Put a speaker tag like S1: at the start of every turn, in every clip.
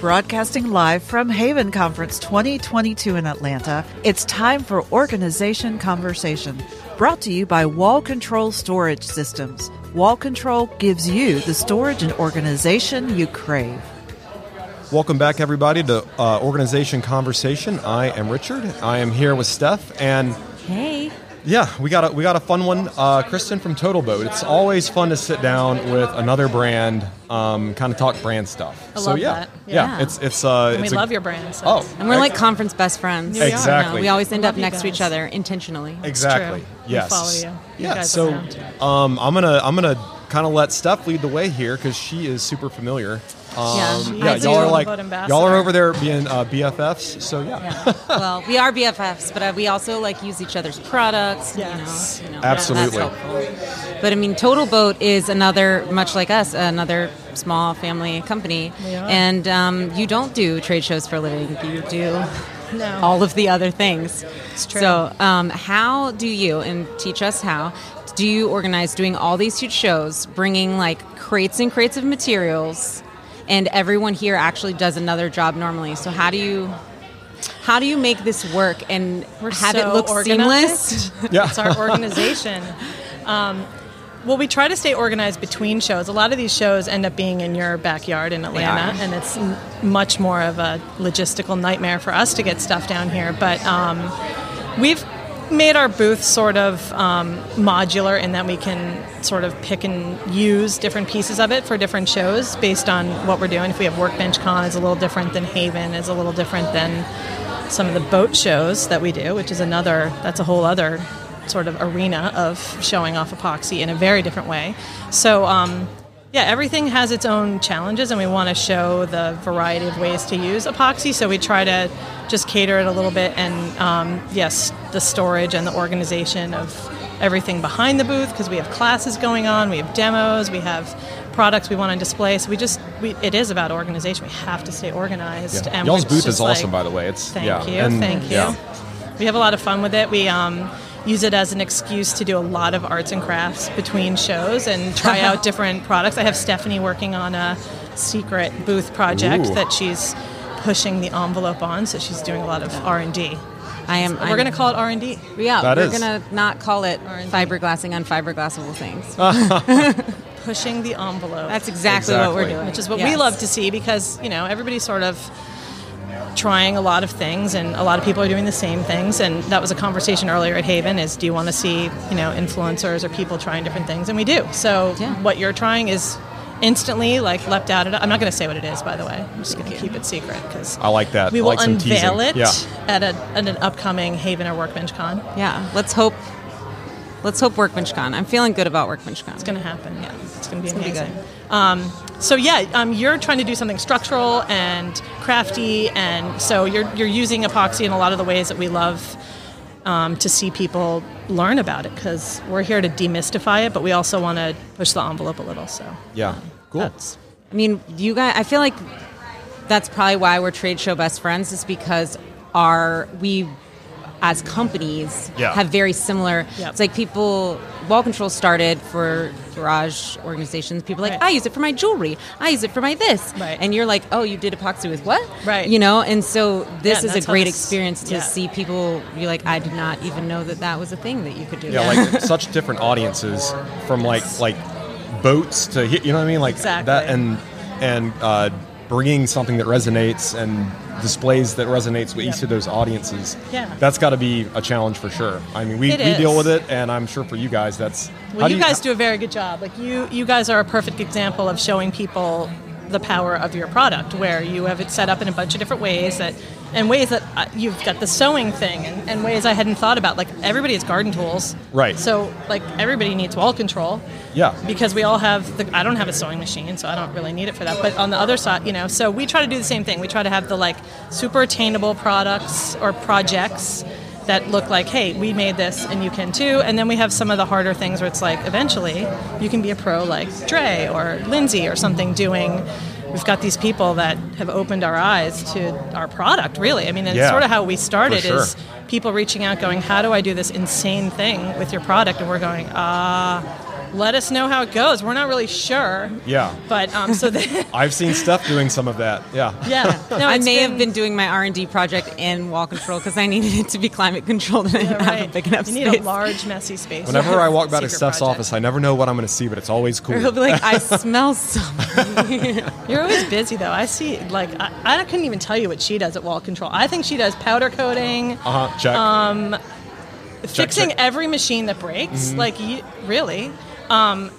S1: broadcasting live from Haven Conference 2022 in Atlanta. It's time for Organization Conversation, brought to you by Wall Control Storage Systems. Wall Control gives you the storage and organization you crave.
S2: Welcome back, everybody, to uh, Organization Conversation. I am Richard. I am here with Steph, and
S3: Hey.
S2: yeah, we got a, we got a fun one. Uh, Kristen from Total Boat. It's always fun to sit down with another brand, um, kind of talk brand stuff.
S4: I
S2: so
S4: love
S2: yeah,
S4: that.
S2: yeah,
S3: Yeah.
S2: it's it's uh,
S4: And we
S2: it's a-
S4: love your brand. So
S2: Oh,
S3: And we're like
S2: ex-
S3: conference best friends.
S4: Yeah, we are.
S2: Exactly.
S3: we always end
S4: Love
S3: up
S4: you
S3: next to
S4: guys.
S3: each other intentionally.
S2: Exactly.
S4: true. We
S2: Yes.
S4: follow you. You
S2: Yeah.
S4: guys
S2: So,
S4: around.
S2: um, I'm gonna I'm gonna kind of let Steph lead the way here because she is super familiar. Um,
S3: Yeah,
S2: yeah.
S3: I do.
S2: Y'all are like
S4: Vote
S2: y'all are
S4: ambassador.
S2: over there being uh, BFFs. So yeah,
S3: well, we are BFFs, but uh, we also like use each other's products. you know,
S4: Yes.
S3: You know,
S2: Absolutely.
S3: That's helpful. But I mean, Total Boat is another, much like us, another small family company.
S4: We are.
S3: And um, you don't do trade shows for a living. You do
S4: No.
S3: all of the other things. It's
S4: true.
S3: So, um, how do you, and teach us how, do you organize doing all these huge shows, bringing like crates and crates of materials, and everyone here actually does another job normally? So, how do you? How do you make this work and
S4: We're
S3: have
S4: so
S3: it look
S4: organized.
S3: seamless?
S2: Yeah.
S4: it's our organization. Um, well, we try to stay organized between shows. A lot of these shows end up being in your backyard in Atlanta,
S3: are.
S4: and it's m- much more of a logistical nightmare for us to get stuff down here. But um, we've made our booth sort of um, modular in that we can sort of pick and use different pieces of it for different shows based on what we're doing. If we have Workbench Con, is a little different than Haven, is a little different than some of the boat shows that we do, which is another, that's a whole other sort of arena of showing off epoxy in a very different way. So, um, yeah, everything has its own challenges, and we want to show the variety of ways to use epoxy. So we try to just cater it a little bit, and um, yes, the storage and the organization of everything behind the booth because we have classes going on, we have demos, we have products we want to display. So we just, we, it is about organization. We have to stay organized.
S2: Yeah.
S4: And
S2: Y'all's
S4: it's
S2: booth
S4: just
S2: is awesome,
S4: like-
S2: by the way. It's
S4: Thank
S2: yeah,
S4: you.
S2: and-
S4: thank you.
S2: yeah.
S4: We have a lot of fun with it. We um, use it as an excuse to do a lot of arts and crafts between shows and try out different products. I have Stephanie working on a secret booth project
S2: Ooh.
S4: that she's pushing the envelope on, so she's doing a lot of R and D.
S3: I am.
S4: We're going to call it R and D.
S3: Yeah,
S2: That
S3: we're
S2: is.
S3: gonna not call it
S4: R&D.
S3: fiberglassing on fiberglassable things.
S2: Ah,
S4: Pushing the envelope.
S3: That's exactly, what we're
S2: Exactly.
S3: doing,
S4: which is what we
S3: Yes.
S4: love to see because you know everybody's sort of trying a lot of things and a lot of people are doing the same things and that was a conversation earlier at haven is do you want to see you know influencers or people trying different things and we do so
S3: Yeah.
S4: what you're trying is instantly like leapt out at i'm not going to say what it is by the way i'm just going to
S3: Okay.
S4: keep it secret because
S2: I like that.
S4: we
S2: I
S4: will
S2: like some teasing.
S4: unveil it
S2: Yeah.
S4: at, a, at an upcoming haven or workbench con it's
S3: Yeah, let's hope. Let's hope WorkbenchCon. I'm feeling good about WorkbenchCon. It's
S4: going to happen yeah it's going to be
S3: gonna be
S4: amazing Um, so yeah, um, you're trying to do something structural and crafty, and so you're you're using epoxy in a lot of the ways that we love um, to see people learn about it because we're here to demystify it, but we also want to push the envelope a little. So
S2: Yeah. Cool.
S4: that's
S3: I mean, you guys. I feel like that's probably why we're trade show best friends is because our we as companies
S2: Yeah.
S3: have very similar.
S4: Yep.
S3: It's like people. Wall control started for garage organizations. People are like
S4: Right.
S3: I use it for my jewelry. I use it for my this.
S4: Right.
S3: And you're like, oh, you did epoxy with what?
S4: Right.
S3: You know. And so
S4: Yeah,
S3: this
S4: and
S3: is a
S4: that's how
S3: great
S4: this-
S3: experience to
S4: yeah.
S3: see people. You're like, I did not even know that that was a thing that you could do.
S2: yeah, like such different audiences from like like boats to he- you know what I mean like
S4: Exactly.
S2: that and and uh, bringing something that resonates and displays that resonates with each
S4: Yep.
S2: of those audiences
S4: Yeah.
S2: that's got to be a challenge for sure I mean we,
S4: It
S2: we deal
S4: is.
S2: with it and I'm sure for you guys that's how
S4: well,
S2: do
S4: you guys do a very good job. Like you, you guys are a perfect example of showing people the power of your product, where you have it set up in a bunch of different ways that, and ways that uh, you've got the sewing thing, and, and ways I hadn't thought about. Like everybody has garden tools,
S2: Right.
S4: So like everybody needs wall control
S2: yeah
S4: because we all have the i don't have a sewing machine so i don't really need it for that but on the other side you know so we try to do the same thing we try to have the like super attainable products or projects that look like hey we made this and you can too and then we have some of the harder things where it's like eventually you can be a pro like Dre or Lindsay or something doing we've got these people that have opened our eyes to our product really i mean and
S2: Yeah,
S4: it's sort of how we started
S2: for sure.
S4: is people reaching out going how do i do this insane thing with your product and we're going ah let us know how it goes. We're not really sure.
S2: Yeah.
S4: But um, so then,
S2: I've seen Steph doing some of that. Yeah.
S4: yeah. No,
S3: I
S4: it's
S3: may have been doing my R and D project in wall control because I needed it to be climate controlled and I
S4: Yeah,
S3: didn't have
S4: right.
S3: a big enough
S4: you
S3: space.
S4: need a large, messy space.
S2: Whenever I walk by to
S4: Secret
S2: Steph's
S4: project.
S2: office, I never know what I'm going to see, but it's always cool.
S3: Or he'll be like, I smell something.
S4: You're always busy though. I see, like, I, I couldn't even tell you what she does at wall control. I think she does powder coating,
S2: Uh huh. Check.
S4: fixing
S2: check. Mm-hmm.
S4: every machine that breaks. Like, you, really. Um,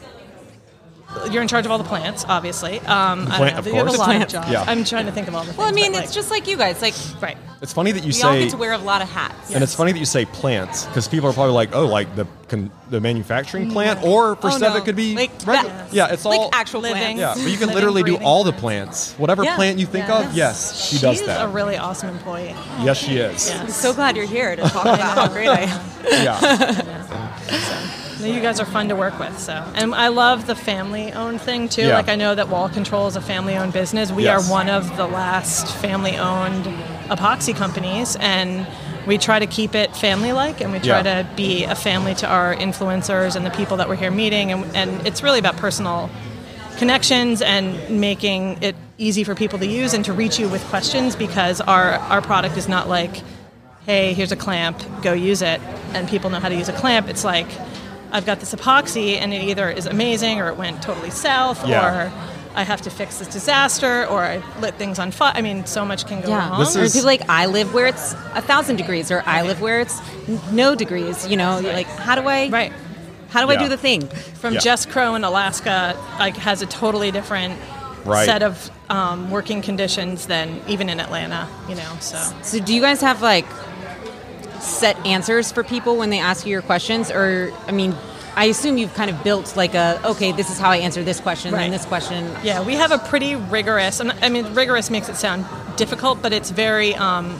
S4: you're in charge of all the plants, obviously. Um, I don't
S2: plant,
S4: know,
S2: of
S4: You have a
S2: course.
S4: lot
S3: Plants.
S4: of jobs.
S2: Yeah.
S4: I'm trying to think of all the things.
S3: well, I mean,
S4: that,
S3: it's just like you guys. Like,
S4: like- right.
S2: it's funny that you
S3: we
S2: say.
S3: all get to wear a lot of hats.
S2: And it's funny that you say plants because people are probably like, oh, like the con- the manufacturing plant, or for
S3: Oh,
S2: Steph
S3: no.
S2: it could be
S3: Like
S2: regu-
S3: that-
S2: yeah, it's all
S3: like actual
S4: living.
S3: living.
S2: yeah. But you can
S4: living,
S2: literally do
S4: breathing
S2: all the
S4: plants.
S2: plants, whatever
S3: Yeah.
S2: plant you think of. Yes, she does
S4: She's
S2: that.
S4: a really awesome employee.
S2: yes, she is.
S4: Yeah.
S3: I'm so glad you're here to talk about how great I am.
S2: Yeah,
S4: No, You guys are fun to work with, so and I love the family-owned thing too.
S2: Yeah.
S4: Like I know that Wall Control is a family-owned business. We
S2: Yes.
S4: are one of the last family-owned epoxy companies, and we try to keep it family-like, and we try
S2: Yeah.
S4: to be a family to our influencers and the people that we're here meeting, and, and it's really about personal connections and making it easy for people to use and to reach you with questions because our our product is not like hey, here's a clamp, go use it, and people know how to use a clamp, it's like, I've got this epoxy, and it either is amazing or it went totally south,
S2: Yeah.
S4: or I have to fix this disaster, or I lit things on fire. I mean, so much can go
S3: Yeah,
S4: wrong.
S2: This
S3: or
S2: is-
S3: people like I live where it's a thousand degrees, or I live where it's n- no degrees. You know, you're like how do I
S4: right.
S3: how do I
S2: Yeah.
S3: do the thing?
S4: From
S2: Yeah.
S4: Jess Crow in Alaska, like has a totally different
S2: Right.
S4: set of um, working conditions than even in Atlanta, you know. So
S3: So do you guys have like set answers for people when they ask you your questions, or I mean, I assume you've kind of built like a okay, this is how I answer this question
S4: Right.
S3: and this question.
S4: yeah, we have a pretty rigorous. I'm not- I mean, rigorous makes it sound difficult, but it's very um,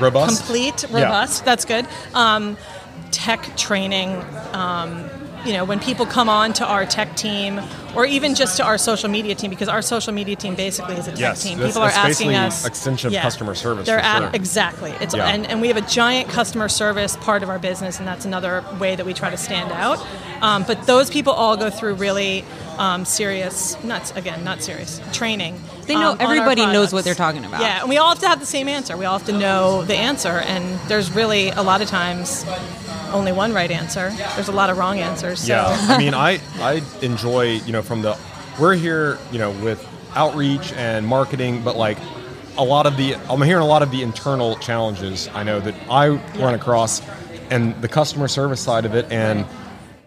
S2: robust.
S4: complete,
S2: Yeah.
S4: robust. That's good. Um, tech training. Um, you know, when people come on to our tech team, or even just to our social media team, because our social media team basically is a tech
S2: Yes,
S4: team.
S2: that's-
S4: People are
S2: that's
S4: asking
S2: basically
S4: us
S2: extension of customer service,
S4: They're
S2: for
S4: at
S2: sure.
S4: exactly. It's
S2: Yeah.
S4: and, and we have a giant customer service part of our business, and that's another way that we try to stand out. Um, but those people all go through really um, serious, nuts again, not serious training.
S3: They know-
S4: um, on our
S3: everybody knows what
S4: products.
S3: they're talking about.
S4: Yeah, and we all have to have the same answer. We all have to know the answer, and there's really a lot of times only one right answer. There's a lot of wrong answers. So.
S2: Yeah, I mean, I I enjoy you know from the we're here you know with outreach and marketing, but like a lot of the I'm hearing a lot of the internal challenges I know that I run across, and the customer service side of it and.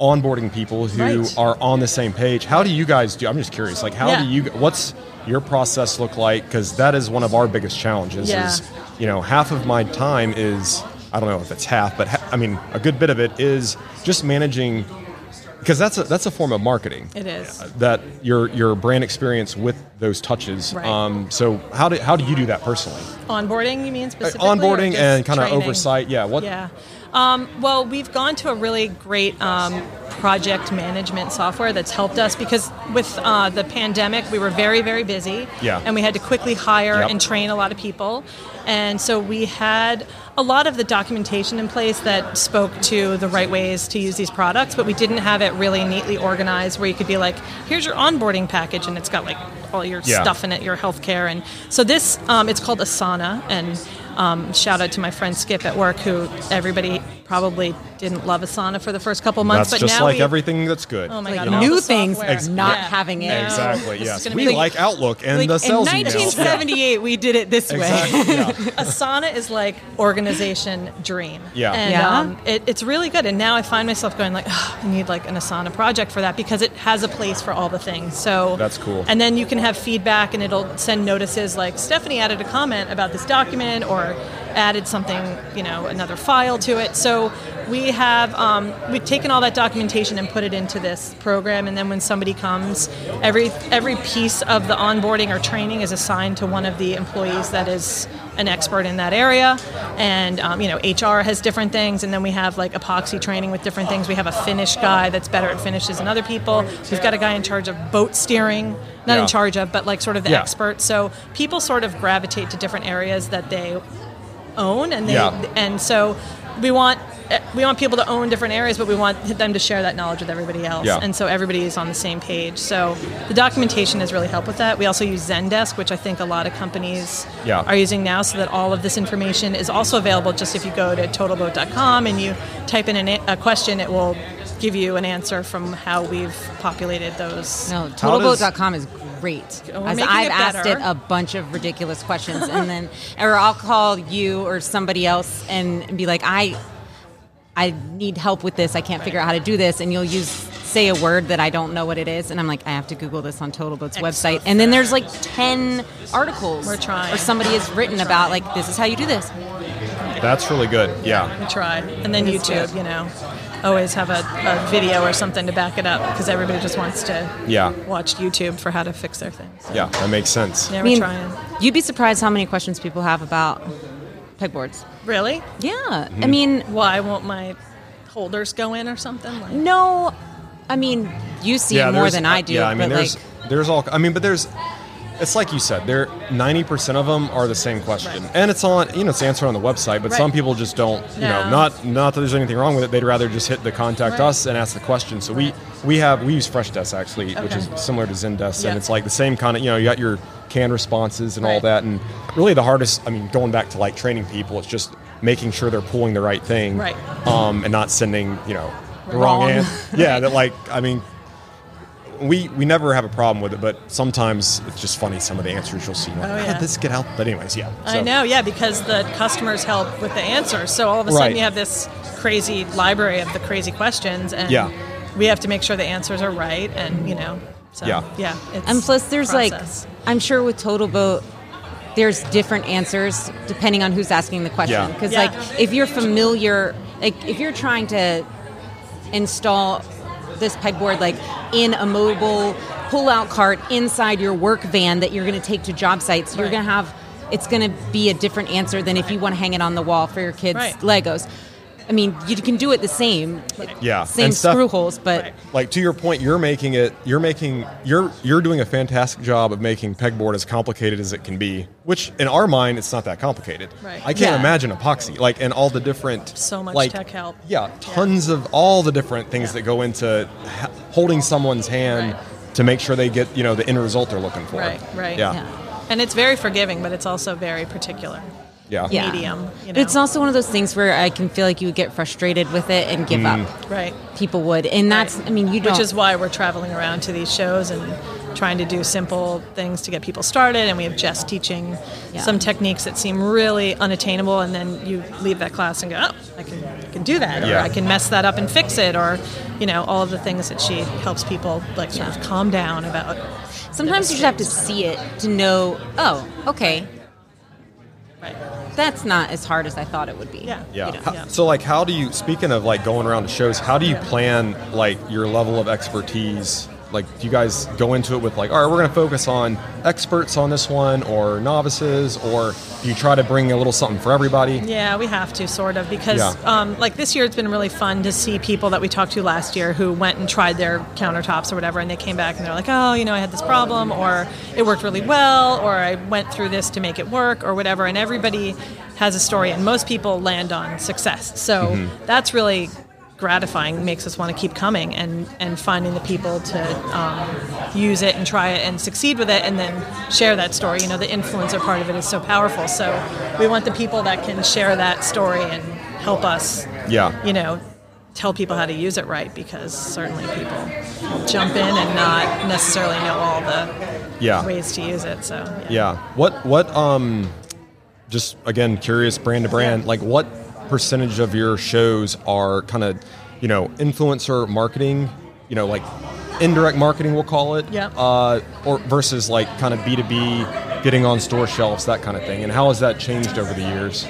S2: Onboarding people who
S4: Right.
S2: are on the same page. How do you guys do? I'm just curious. Like, how
S4: Yeah.
S2: do you? What's your process look like? Because that is one of our biggest challenges.
S4: Yeah.
S2: Is you know half of my time is I don't know if it's half, but ha- I mean a good bit of it is just managing because that's a that's a form of marketing.
S4: It is.
S2: that your your brand experience with those touches.
S4: Right.
S2: Um, so how do how do you do that personally? Uh,
S4: Onboarding, you mean specifically? or
S2: Onboarding
S4: just
S2: and kind of
S4: training?
S2: oversight. Yeah. What?
S4: Yeah. Um, well, we've gone to a really great um, project management software that's helped us because with uh, the pandemic, we were very, very busy.
S2: Yeah.
S4: And we had to quickly hire
S2: Yep.
S4: and train a lot of people. And so we had a lot of the documentation in place that spoke to the right ways to use these products, but we didn't have it really neatly organized where you could be like, here's your onboarding package, and it's got like all your
S2: Yeah.
S4: stuff in it, your healthcare. And so this, um, it's called Asana. And um, shout out to my friend Skip at work, who everybody probably didn't love Asana for the first couple months.
S2: That's
S4: but
S2: just
S4: now
S2: like
S4: we,
S2: everything that's good.
S4: Oh my
S3: Like
S4: God,
S2: you know?
S4: all the
S3: new things,
S4: software.
S2: Ex- not
S3: having it.
S4: No,
S2: Exactly.
S4: this is
S2: Yes.
S4: gonna
S2: We
S4: be-
S2: like Outlook and
S3: Like,
S2: the
S3: in
S2: sales emails. Yeah.
S3: 1978, we did it this way.
S2: Exactly. Yeah.
S4: Asana is like organization dream.
S2: Yeah.
S4: and
S3: Yeah.
S4: Um, it, it's really good. And now I find myself going like, "Ugh, I need like an Asana project for that because it has a place for all the things. So
S2: That's cool.
S4: And then you can have feedback, and it'll send notices like Stephanie added a comment about this document or added something, you know, another file to it. So we have um, we've taken all that documentation and put it into this program. And then when somebody comes, every every piece of the onboarding or training is assigned to one of the employees that is an expert in that area. And um, you know, HR has different things, and then we have like epoxy training with different things. We have a Finnish guy that's better at finishes than other people. We've got a guy in charge of boat steering, not
S2: Yeah.
S4: in charge of, but like sort of the
S2: Yeah.
S4: expert. So people sort of gravitate to different areas that they own, and they
S2: Yeah.
S4: and so we want eh, we want people to own different areas, but we want them to share that knowledge with everybody else.
S2: Yeah.
S4: And so everybody is on the same page. So the documentation has really helped with that. We also use Zendesk, which I think a lot of companies
S2: Yeah.
S4: are using now, so that all of this information is also available. Just if you go to totalboat.com and you type in an, a- a question, it will give you an answer from how we've populated those.
S3: No,
S2: How does-
S3: totalboat.com is great.
S4: Oh, we're
S3: As
S4: making
S3: I've
S4: it
S3: asked it
S4: better.
S3: a bunch of ridiculous questions, and then or I'll call you or somebody else and be like, I, I need help with this. I can't figure out how to do this, and you'll use say a word that I don't know what it is, and I'm like, I have to Google this on Totalboat's website, and then there's like ten articles
S4: We're trying.
S3: or somebody has written about like this is how you do this.
S2: That's really good. Yeah.
S4: We tried. And then YouTube, you know, always have a, a video or something to back it up because everybody just wants to
S2: Yeah.
S4: watch YouTube for how to fix their things.
S2: Yeah. That makes sense.
S4: Yeah,
S3: I
S4: we're
S3: mean,
S4: trying.
S3: you'd be surprised how many questions people have about pegboards.
S4: Really?
S3: Yeah, I mean,
S4: Why won't my holders go in or something? Like,
S3: No, I mean you see it more
S2: there's- uh,
S3: than I do.
S2: Yeah, I mean,
S3: but
S2: there's
S3: like,
S2: there's all. I mean, but there's. It's like you said. There, ninety percent of them are the same question, and it's on. You know, it's answered on the website. But
S4: Right.
S2: some people just don't. You know,
S4: No.
S2: not not that there's anything wrong with it. They'd rather just hit the contact
S4: Right.
S2: us and ask the question. So we we have we use Freshdesk actually, which is
S4: Okay.
S2: similar to Zendesk,
S4: Yeah.
S2: and it's like the same kind of. You know, you got your canned responses and all
S4: Right.
S2: that, and really the hardest. I mean, going back to like training people, it's just making sure they're pulling the right thing,
S4: Right.
S2: Um, and not sending you know the wrong,
S3: Wrong.
S2: answer. Yeah, that like I mean we we never have a problem with it, but sometimes it's just funny some of the answers you'll see. Like,
S4: Oh,
S2: How
S4: yeah.
S2: did this get out? But anyways, yeah.
S4: I
S2: so-
S4: know, yeah, because the customers help with the answers. So all of a sudden
S2: Right.
S4: you have this crazy library of the crazy questions, and
S2: Yeah.
S4: we have to make sure the answers are right, and you know, so
S2: Yeah.
S4: yeah it's
S3: and plus there's
S4: process.
S3: like I'm sure with Total Boat there's different answers depending on who's asking the question
S2: Yeah.
S3: because
S4: Yeah.
S3: like if you're familiar like if you're trying to install this pegboard like in a mobile pull-out cart inside your work van that you're going to take to job sites you're
S4: Right.
S3: going to have it's going to be a different answer than if you want to hang it on the wall for your kids
S4: Right.
S3: legos i mean you can do it the same
S2: Yeah,
S3: same
S2: and stuff-
S3: screw holes but
S4: Right.
S2: Like to your point, you're making it. You're making. You're you're doing a fantastic job of making pegboard as complicated as it can be. Which in our mind, it's not that complicated.
S4: Right.
S2: I can't
S3: Yeah.
S2: imagine epoxy. Like and all the different.
S4: So much
S2: like,
S4: tech help.
S2: Yeah, tons of all the different things
S4: Yeah.
S2: that go into ha- holding someone's hand
S4: Right.
S2: to make sure they get you know the end result they're looking for.
S4: right, right,
S2: yeah.
S4: and it's very forgiving, but it's also very particular.
S2: yeah.
S3: yeah.
S4: medium, you
S3: But
S4: know.
S3: It's also one of those things where I can feel like you would get frustrated with it and give
S2: Mm.
S3: up.
S4: Right.
S3: People would, and that's.
S4: Right.
S3: I mean, you don't.
S4: Which is why we're traveling around to these shows and trying to do simple things to get people started. And we have Jess teaching
S3: Yeah.
S4: some techniques that seem really unattainable. And then you leave that class and go, oh, I can, I can do that.
S2: Yeah.
S4: Or I can mess that up and fix it. Or, you know, all of the things that she helps people, like, sort of calm down about.
S3: sometimes you just have to see it to know. Oh, okay,
S4: Right.
S3: that's not as hard as I thought it would be.
S4: Yeah.
S2: Yeah.
S3: You know?
S2: How-
S4: Yeah.
S2: So like how do you speaking of like going around to shows, how do you plan like your level of expertise? Like do you guys go into it with like, all right, we're gonna focus on experts on this one or novices, or do you try to bring a little something for everybody?
S4: Yeah, we have to sort of because
S2: Yeah.
S4: um, like this year it's been really fun to see people that we talked to last year who went and tried their countertops or whatever and they came back and they're like, "Oh, you know, I had this problem or it worked really well or I went through this to make it work or whatever." And everybody has a story and most people land on success. So that's really gratifying makes us want to keep coming and and finding the people to um, use it and try it and succeed with it and then share that story you know the influencer part of it is so powerful so we want the people that can share that story and help us
S2: Yeah.
S4: you know tell people how to use it right because certainly people will jump in and not necessarily know all the
S2: Yeah.
S4: ways to use it so
S2: Yeah. What what um just again curious brand to brand, like what percentage of your shows are kind of, you know, influencer marketing, you know, like indirect marketing we'll call it.
S4: Yeah.
S2: Uh or versus like kind of B2B getting on store shelves, that kind of thing. And how has that changed over the years?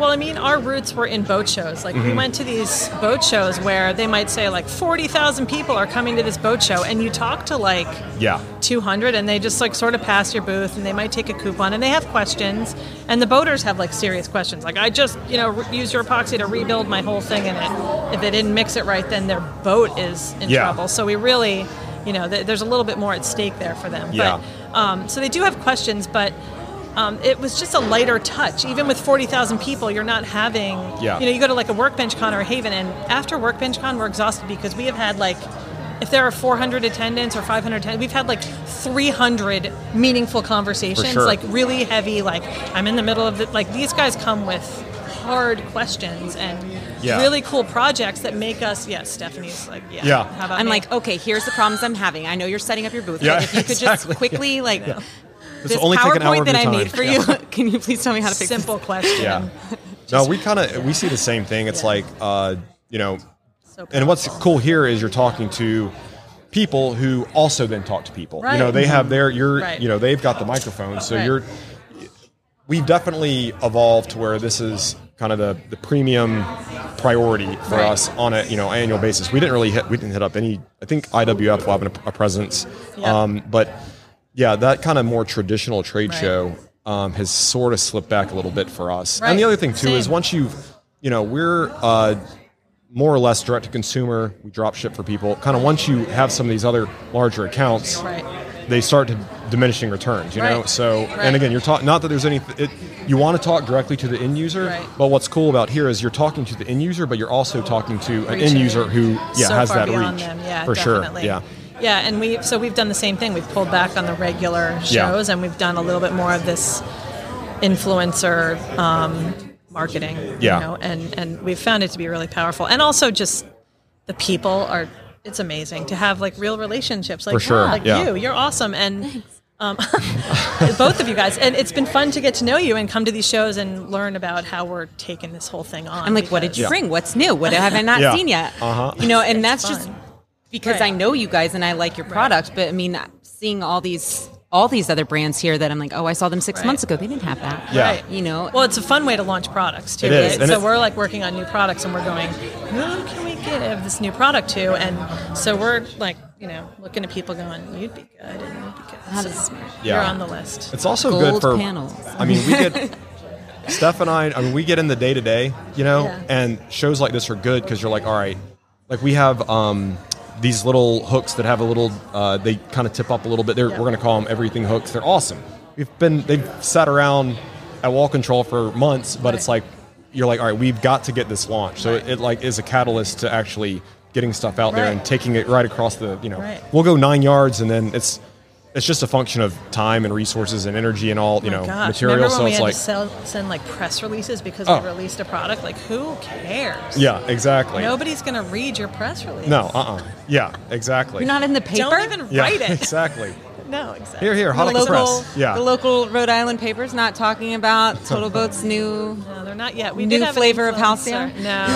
S4: Well, I mean, our roots were in boat shows. Like, we went to these boat shows where they might say, like, 40,000 people are coming to this boat show, and you talk to, like,
S2: Yeah.
S4: 200, and they just, like, sort of pass your booth, and they might take a coupon, and they have questions, and the boaters have, like, serious questions. Like, I just, you know, re- used your epoxy to rebuild my whole thing, and it, if they didn't mix it right, then their boat is in
S2: Yeah.
S4: trouble. So we really, you know, th- there's a little bit more at stake there for them.
S2: Yeah.
S4: But, um, so they do have questions, but um, it was just a lighter touch. Even with 40,000 people, you're not having,
S2: Yeah.
S4: you know, you go to like a Workbench Con or a Haven, and after Workbench Con, we're exhausted because we have had like, if there are 400 attendants or 500 attendants, we've had like 300 meaningful conversations,
S2: sure.
S4: like really heavy, like I'm in the middle of the, like these guys come with hard questions and
S2: Yeah.
S4: really cool projects that make us, yes, Stephanie's like, yeah.
S2: Yeah.
S4: How about
S3: I'm
S4: me?
S3: like, oh, okay, here's the problems I'm having. I know you're setting up your booth,
S2: Yeah,
S3: but if you could
S2: exactly.
S3: just quickly like
S2: This
S3: this
S2: will only take an hour
S3: PowerPoint
S2: of
S3: that I
S2: your
S3: made
S2: time.
S3: for
S2: Yeah.
S3: you, can you please tell me how to fix this?
S4: simple question.
S2: Yeah. No, we kind of we see the same thing. It's like uh, you know,
S4: So
S2: and what's cool here is you're talking to people who also then talk to people. You know,
S4: Right.
S2: they have their you're
S4: Right.
S2: you know they've got the microphone, so
S4: Right.
S2: you're. We've definitely evolved to where this is kind of the, the premium priority for
S4: Right.
S2: us on a you know annual basis. We didn't really hit we didn't hit up any. I think IWF will have a, a presence,
S4: Yeah.
S2: um, but yeah, that kind of more traditional trade
S4: Right.
S2: show um, has sort of slipped back a little bit for us.
S4: Right.
S2: And the other thing too is
S4: Same.
S2: once you've, you know, we're uh, more or less direct to consumer. We drop ship for people. Kind of once you have some of these other larger accounts,
S4: Right.
S2: they start to diminishing returns. You know,
S4: Right.
S2: so
S4: Right.
S2: and again, you're talking. Not that there's any. It, you want to talk directly to the end user,
S4: Right.
S2: but what's cool about here is you're talking to the end user, but you're also talking to an end
S4: reaching
S2: user who yeah
S4: so
S2: has
S4: far
S2: that
S4: beyond
S2: reach
S4: Them. Yeah,
S2: for
S4: definitely.
S2: sure. Yeah.
S4: Yeah, and we so we've done the same thing. We've pulled back on the regular
S2: Yeah.
S4: shows, and we've done a little bit more of this influencer um, marketing.
S2: Yeah.
S4: you know, and and we've found it to be really powerful, and also just the people are. It's amazing to have like real relationships, like
S2: For sure,
S4: "Ah, like
S2: yeah.
S4: you. You're awesome, and. Um, both of you guys, and it's been fun to get to know you and come to these shows and learn about how we're taking this whole thing on.
S3: I'm like, what did you
S2: Yeah.
S3: bring? What's new? What have I not
S2: Yeah.
S3: seen yet?
S2: Uh-huh.
S3: You know, and that's just
S4: fun.
S3: because
S4: Right.
S3: I know you guys and I like your product. But I mean, seeing all these all these other brands here that I'm like, oh, I saw them six
S4: Right.
S3: months ago. They didn't have that.
S2: Yeah.
S4: Right.
S3: You know.
S4: Well, it's a fun way to launch products too.
S2: It is,
S4: right?
S2: and
S4: So
S2: it-
S4: we're like working on new products, and we're going, who can we give this new product to? And so we're like, you know, looking at people going, you'd be good, and you'd be good.
S3: does-
S4: So
S2: Yeah.
S4: You're on the list.
S2: It's also good
S3: Gold
S2: for
S3: panels.
S2: I mean, we get Steph and I. I mean, we get in the day to day, you know,
S4: Yeah.
S2: and shows like this are good because you're like, all right, like we have um, these little hooks that have a little, uh, they kind of tip up a little bit. They're,
S4: Yeah.
S2: We're going to call them everything hooks. They're awesome. We've been they've sat around at wall control for months, but it's
S4: Right.
S2: like you're like, all right, we've got to get this launched. So it, it like is a catalyst to actually getting stuff out there
S4: Right.
S2: and taking it right across the you know
S4: Right.
S2: we'll go nine yards and then it's it's just a function of time and resources and energy and all you
S4: Oh my
S2: know
S4: gosh.
S2: material
S4: Remember when
S2: so
S4: we
S2: it's
S4: had
S2: like
S4: to sell, send like press releases because
S2: Oh.
S4: we released a product? Like, who cares?
S2: yeah exactly
S4: Nobody's going to read your press release.
S2: no uh-uh yeah exactly
S3: You're not in the paper.
S4: Don't even
S2: yeah
S4: write it.
S2: exactly
S4: No, exactly.
S2: here here hot
S3: the
S2: off the
S3: local,
S2: press yeah
S3: the local Rhode Island paper's not talking about Total Boat's new.
S4: No, they're not yet. We
S3: New
S4: did have an
S3: flavor of
S4: influencer. No,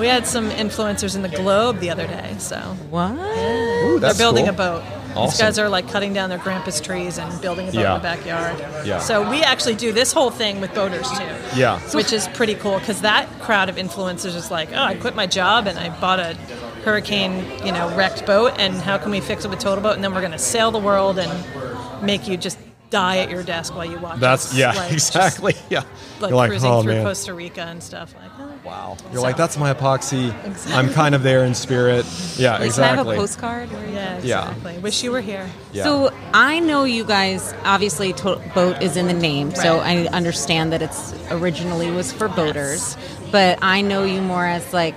S4: we had some influencers in the Globe the other day. So
S3: What?
S2: Ooh, that's
S4: they're building
S2: cool.
S4: a boat. These
S2: Awesome.
S4: guys are like cutting down their grandpa's trees and building a boat
S2: Yeah.
S4: in the backyard.
S2: Yeah.
S4: So we actually do this whole thing with boaters too.
S2: Yeah.
S4: Which is pretty cool because that crowd of influencers is like, oh, I quit my job and I bought a hurricane, you know, wrecked boat, and how can we fix it with Total Boat? And then we're going to sail the world and make you just die at your desk while you watch.
S2: that's
S4: us,
S2: yeah
S4: like, just,
S2: exactly yeah
S4: Like,
S2: you're like
S4: cruising
S2: oh
S4: through
S2: man
S4: Costa Rica and stuff like. that.
S2: wow you're like that's my epoxy i'm kind of there in spirit yeah
S3: Like, Can I have
S2: exactly
S3: a postcard? Or
S4: Yeah,
S2: Yeah.
S4: exactly. Wish you were here.
S2: yeah.
S3: So I know you guys obviously to- boat is in the name, so I
S4: Right.
S3: understand that it's originally was for boaters, but I know you more as like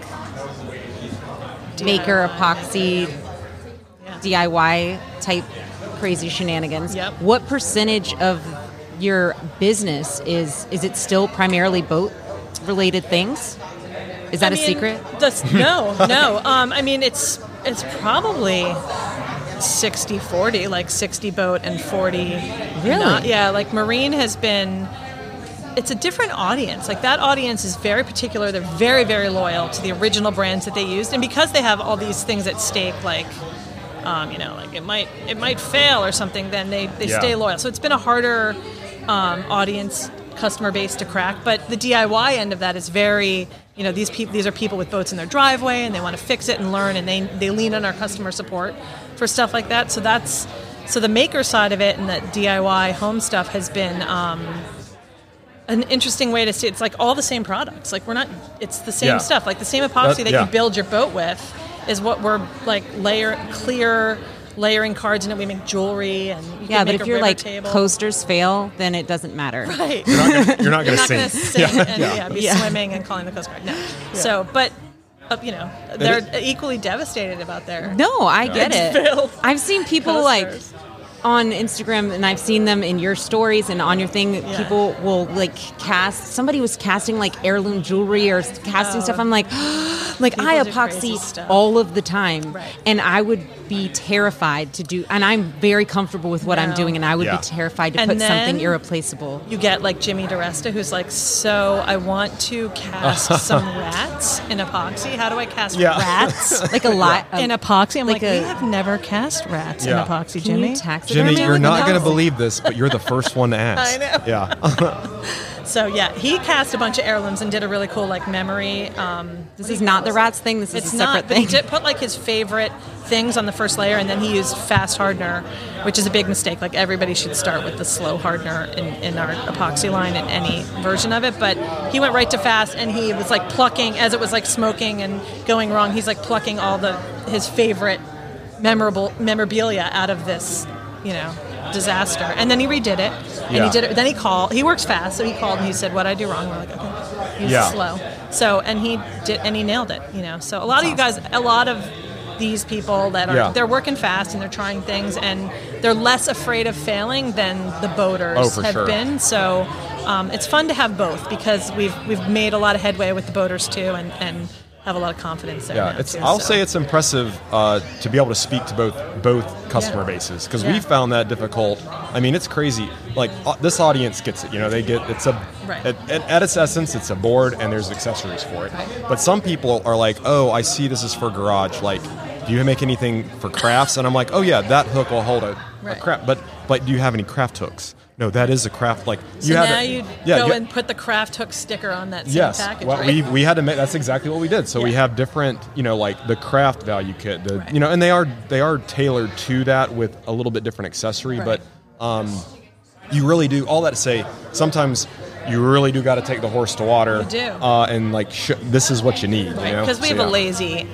S3: maker epoxy
S4: Yeah.
S3: DIY type crazy shenanigans.
S4: Yep.
S3: What percentage of your business is is it still primarily boat related things? Is that
S4: I
S3: a
S4: mean,
S3: secret?
S4: That's, no, no. Um, I mean, it's it's probably 60 40, like 60 boat and 40.
S3: Really?
S4: not- yeah, like Marine has been. It's a different audience. Like that audience is very particular. They're very, very loyal to the original brands that they used, and because they have all these things at stake, like um, you know, like it might it might fail or something, then they, they
S2: Yeah.
S4: stay loyal. So it's been a harder um, audience customer base to crack. But the DIY end of that is very you know these people these are people with boats in their driveway and they want to fix it and learn and they they lean on our customer support for stuff like that. So that's so the maker side of it and that DIY home stuff has been. Um, an interesting way to see it's like all the same products. Like we're not it's the same
S2: Yeah.
S4: stuff. Like the same epoxy that,
S2: yeah.
S4: you build your boat with is what we're like layer clear layering cards in it. We make jewelry and you
S3: Yeah,
S4: can
S3: but
S4: make
S3: if
S4: a
S3: you're
S4: river
S3: like
S4: table.
S3: coasters fail, then it doesn't matter.
S4: right?
S2: You're not gonna- You're not
S4: You're
S2: going to
S4: not
S2: sing.
S4: going to sing and yeah, be
S3: Yeah.
S4: swimming and calling the Coast Guard. No. So, but uh, you know, they're equally devastated about their
S3: No, I get
S4: It's
S3: it.
S4: failed.
S3: I've seen people
S4: Coasters.
S3: like on Instagram and I've seen them in your stories and on your thing
S4: Yeah.
S3: people will like cast somebody was casting like heirloom jewelry or s- casting
S4: Oh.
S3: stuff I'm like like I
S4: do crazy
S3: epoxy
S4: stuff.
S3: all of the time
S4: Right.
S3: and I would be terrified to do and I'm very comfortable with what I'm
S4: No.
S3: doing and I would
S2: Yeah.
S3: be terrified to
S4: And
S3: put
S4: then-
S3: something irreplaceable.
S4: you get like Jimmy DiResta, who's like, "So I want to cast some rats in epoxy. How do I cast
S2: Yeah.
S4: rats
S3: Like a lot of
S4: in epoxy?" I'm like,
S3: Like a-
S4: "We have never cast rats
S2: Yeah.
S4: in epoxy,
S3: Can you
S4: Jimmy."
S3: taxidermy
S2: Jimmy,
S3: it
S2: you're
S3: with
S2: not
S3: a
S2: going to
S3: pencil?
S2: believe this, but you're the first one to ask.
S4: I know.
S2: Yeah.
S4: so yeah, he cast a bunch of heirlooms and did a really cool like memory. Um,
S3: This is not the rats thing. This
S4: it's
S3: is a
S4: not,
S3: separate
S4: but
S3: thing.
S4: he did put like his favorite things on the first layer, and then he used fast hardener, which is a big mistake. Like everybody should start with the slow hardener in, in our epoxy line in any version of it. But he went right to fast, and he was like plucking as it was like smoking and going wrong. He's like plucking all the his favorite memorable memorabilia out of this, you know, disaster. And then he redid it, and
S2: Yeah.
S4: he did it. Then he called. He works fast, so he called and he said, "What I do wrong?" We're like, "Okay." He was
S2: Yeah.
S4: slow. So and he did and he nailed it, you know. So a lot of you guys a lot of these people that are
S2: Yeah.
S4: they're working fast and they're trying things and they're less afraid of failing than the boaters
S2: Oh, for
S4: have
S2: sure.
S4: been. So um, it's fun to have both because we've we've made a lot of headway with the boaters too and, and have a lot of confidence there.
S2: Yeah,
S4: now,
S2: it's.
S4: too,
S2: I'll
S4: so.
S2: say it's impressive uh, to be able to speak to both both customer
S4: Yeah.
S2: bases because
S4: Yeah.
S2: we found that difficult. I mean, it's crazy. Like uh, this audience gets it. You know, they get it's a.
S4: Right.
S2: At, at, at its essence, it's a board and there's accessories for it.
S4: Right.
S2: But some people are like, "Oh, I see this is for garage. Like, do you make anything for crafts?" And I'm like, "Oh yeah, that hook will hold a,
S4: Right.
S2: a craft. But but do you have any craft hooks? No, that is a craft. Like
S4: so
S2: had
S4: now
S2: a-
S4: you
S2: yeah,
S4: go
S2: you-
S4: and put the craft hook sticker on that same
S2: Yes,
S4: package.
S2: well,
S4: right?
S2: we, we had to make. That's exactly what we did. So we
S4: Yeah.
S2: have different, you know, like the craft value kit, the
S4: Right.
S2: you know, and they are they are tailored to that with a little bit different accessory,
S4: Right.
S2: but um, you really do all that to say. Sometimes you really do got to take the horse to water. You
S4: do.
S2: uh, and like sh- this is what you need, you know.
S4: because we
S2: So,
S4: have a
S2: yeah.
S4: lazy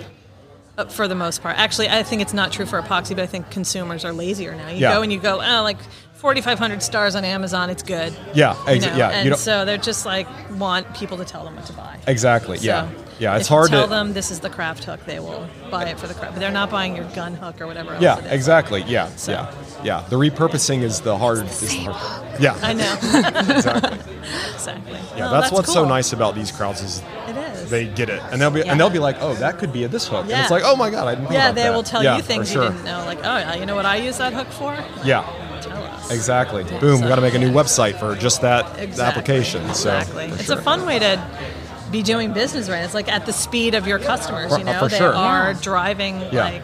S4: uh, for the most part actually i think it's not true for epoxy but i think consumers are lazier now you
S2: Yeah.
S4: go and you go oh like 4500 stars on amazon it's good
S2: Yeah,
S4: you
S2: exa-
S4: know?
S2: yeah.
S4: and
S2: you don't,
S4: so they're just like want people to tell them what to buy
S2: exactly. yeah,
S4: So
S2: yeah.
S4: if
S2: It's
S4: you
S2: hard
S4: tell
S2: to
S4: them this is the craft hook they will buy it for the craft but they're not buying your gun hook or whatever else
S2: Yeah,
S4: it is.
S2: exactly. Yeah, yeah, yeah. The repurposing is the hard. is the hard. Yeah,
S4: i know
S2: exactly.
S4: exactly
S2: Yeah,
S4: Well,
S2: that's, what's so
S4: cool.
S2: nice about these crowds is
S4: it is
S2: they get it, and they'll be
S3: Yeah.
S2: and they'll be like, "Oh, that could be a this hook." And
S4: Yeah.
S2: it's like, "Oh my god, I didn't." think
S4: yeah
S2: about
S4: they
S2: that."
S4: will tell
S2: Yeah,
S4: you
S2: for
S4: things
S2: sure.
S4: you didn't know like oh yeah you know what i use that hook for
S2: Yeah,
S4: tell us
S2: exactly. Boom, we got to make a new website for just that
S4: Exactly.
S2: application. So
S4: exactly,
S2: for
S4: it's
S2: sure.
S4: a fun way to be doing business right. It's like at the speed of your customers.
S2: For-
S4: you know,
S2: for
S4: they
S2: sure.
S4: are
S3: Yeah.
S4: driving
S2: Yeah.
S4: like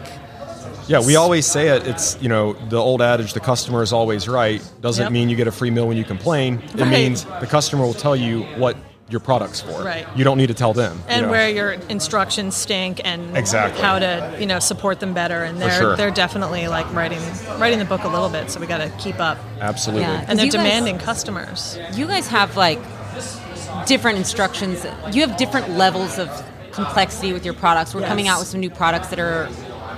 S2: Yeah, we always say it. It's you know the old adage, "The customer is always right." Doesn't
S4: Yep.
S2: mean you get a free meal when you complain. It
S4: Right.
S2: means the customer will tell you what your product's for.
S4: Right.
S2: You don't need to tell them. you
S4: and
S2: know.
S4: where your instructions stink and
S2: Exactly.
S4: how to you know support them better. And
S2: For
S4: they're
S2: sure.
S4: they're definitely like writing writing the book a little bit. So we got to keep up.
S2: absolutely.
S3: Yeah.
S4: And they're
S3: You guys-
S4: demanding customers.
S3: You guys have like different instructions. You have different levels of complexity with your products. We're
S4: Yes.
S3: coming out with some new products that are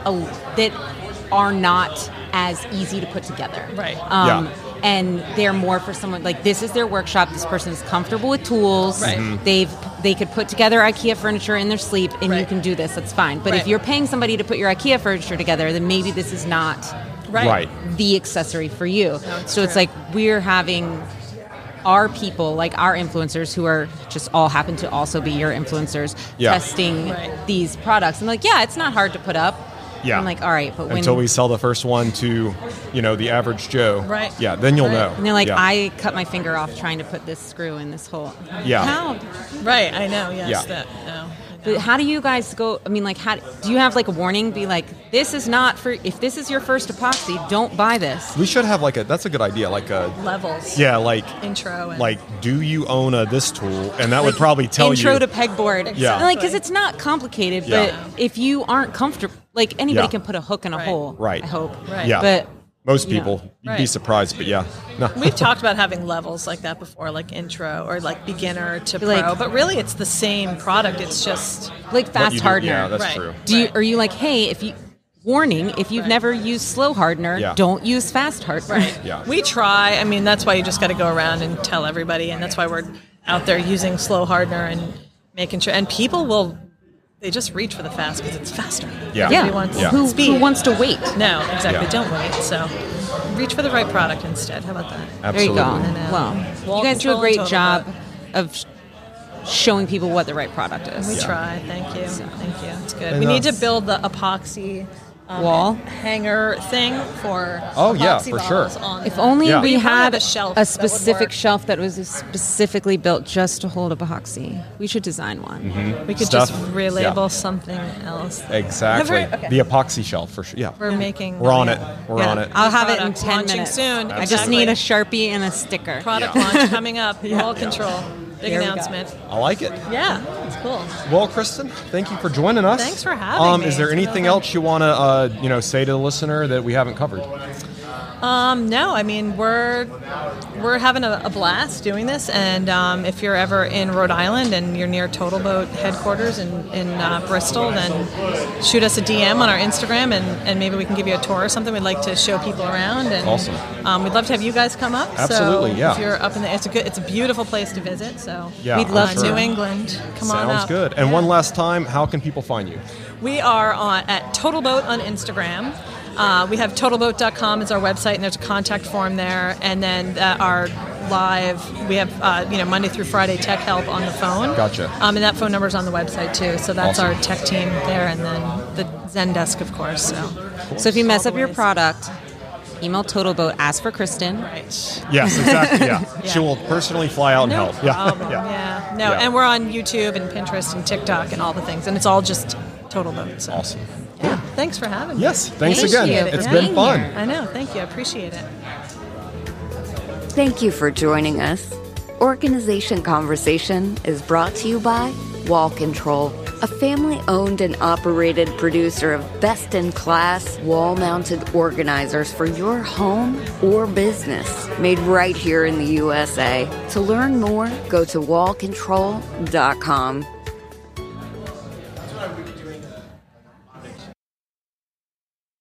S3: a- that are not as easy to put together.
S4: Right.
S3: Um,
S2: Yeah.
S3: And they're more for someone like this is their workshop. This person is comfortable with tools.
S4: Right. Mhm.
S3: They've they could put together IKEA furniture in their sleep, and you
S4: Right.
S3: can do this. That's fine. But
S4: Right.
S3: if you're paying somebody to put your IKEA furniture together, then maybe this is not
S4: Right.
S2: Right.
S3: the accessory for you.
S4: it's
S3: so it's
S4: true.
S3: like we're having our people, like our influencers, who are just all happen to also be your influencers,
S2: Yeah.
S3: testing
S4: Right.
S3: these products. I'm like, yeah, it's not hard to put up.
S2: Yeah.
S3: I'm like, all right, but when
S2: Until we sell the first one to, you know, the average Joe.
S4: Right.
S2: Yeah. Then you'll
S4: Right.
S2: know.
S3: and they're like,
S2: Yeah.
S3: I cut my finger off trying to put this screw in this hole.
S2: Yeah.
S3: How?
S4: Right. I know. Yes.
S2: Yeah.
S4: That. No. I know.
S3: But how do you guys go? I mean, like, how do you have like a warning? Be like, this is not for. If this is your first epoxy, don't buy this.
S2: We should have like a. That's a good idea. Like a.
S4: Levels.
S2: Yeah, like
S4: Intro and
S2: like do you own a this tool? And that would probably tell
S3: intro
S2: you.
S3: to pegboard.
S2: Yeah.
S3: Like, because it's not complicated,
S2: Yeah.
S3: but if you aren't comfortable, like anybody
S2: Yeah.
S3: can put a hook in a
S4: Right.
S3: hole.
S2: Right.
S3: I hope.
S4: Right.
S2: yeah,
S3: But
S2: most
S3: you know.
S2: people you'd be
S4: Right.
S2: surprised, but yeah, no,
S4: We've talked about having levels like that before, like intro or like beginner to pro,
S3: Like-
S4: but really it's the same product. It's just
S3: like
S2: What
S3: fast
S2: you do-
S3: hardener.
S2: Yeah, that's
S4: Right.
S2: true.
S3: do you
S4: Right.
S3: are you like, hey, if you warning if you've never used slow hardener
S2: Yeah.
S3: don't use fast hardener
S2: Yeah.
S4: We try. I mean, that's why you just got to go around and tell everybody, and that's why we're out there using slow hardener and making sure. And people will, they just reach for the fast because it's faster.
S2: Yeah.
S3: yeah,
S4: Everybody wants
S2: Yeah.
S3: Who,
S4: speed.
S3: who wants to wait
S4: No, exactly.
S2: Yeah.
S4: Don't wait. So reach for the right product instead. How about that?
S3: there you
S2: Absolutely.
S3: go
S4: know.
S3: well
S4: Wall
S3: you guys do a
S4: control
S3: great
S4: and total
S3: job of sh- showing people what the right product
S4: We
S3: is
S4: try. Thank you. Thank you. It's good.
S2: And,
S4: we
S2: uh,
S4: need to build the epoxy um,
S3: Wall?
S4: hanger thing for
S2: Oh, yeah,
S4: epoxy
S2: for sure.
S4: bottles on
S3: if
S4: the-
S3: only
S2: Yeah.
S3: we
S2: We
S4: have
S3: had
S4: a shelf
S3: a
S4: that would
S3: specific
S4: work.
S3: shelf that was specifically built just to hold epoxy. We should design one.
S4: we could
S2: stuff.
S4: just
S2: Yeah.
S4: relabel something else.
S2: Exactly.
S4: Never- okay.
S2: The epoxy shelf for sure. Yeah.
S4: We're making.
S2: We're on it. We're on it.
S3: I'll have it in
S4: Product
S3: 10
S4: launching
S3: minutes.
S4: soon.
S3: I just
S4: Absolutely.
S3: need a Sharpie and a sticker.
S4: Product launch coming up. All control. Big
S3: Here we go.
S4: announcement.
S2: I like it.
S4: Yeah, it's cool.
S2: Well, Kristen, thank you for joining us.
S4: Thanks for having
S2: um,
S4: me.
S2: Is there
S4: It's been
S2: anything
S4: a-
S2: else you want to, uh, you know, say to the listener that we haven't covered?
S4: Um, no, I mean we're we're having a, a blast doing this, and um, if you're ever in Rhode Island and you're near Total Boat headquarters in in uh, Bristol, then shoot us a DM on our Instagram, and, and maybe we can give you a tour or something. We'd like to show people around, and
S2: Awesome.
S4: um, we'd love to have you guys come up.
S2: Absolutely,
S4: so
S2: yeah.
S4: If you're up in the, it's a good, it's a beautiful place to visit. So
S2: Yeah,
S3: We'd love
S4: Uh,
S2: I'm sure.
S4: New England. Come on,
S2: Sounds
S4: up.
S2: good. And one last time, how can people find you?
S4: We are on, at Total Boat on Instagram. Uh, we have totalboat.com is our website, and there's a contact form there. And then uh, our live, we have uh, you know Monday through Friday tech help on the phone.
S2: Gotcha.
S4: Um, and that phone number's on the website too. So that's
S2: Awesome.
S4: our tech team there, and then the Zen desk, of course. So
S3: So if you mess up your
S4: Always.
S3: product, email TotalBoat, ask for Kristen.
S4: right.
S2: Yes, exactly. Yeah. She
S4: Yeah.
S2: will personally fly out and
S4: No
S2: help.
S4: problem. Yeah. No,
S2: Yeah.
S4: and we're on YouTube and Pinterest and TikTok and all the things, and it's all just Total Boat. So
S2: Awesome.
S4: yeah, thanks for having me.
S2: Yes. Thanks
S3: Thank
S2: again.
S3: you for
S2: It's
S3: being
S2: been fun.
S3: here.
S4: I know. Thank you. I appreciate it.
S5: Thank you for joining us. Organization Conversation is brought to you by Wall Control, a family owned and operated producer of best in class wall mounted organizers for your home or business, made right here in the USA. To learn more, go to wallcontrol.com.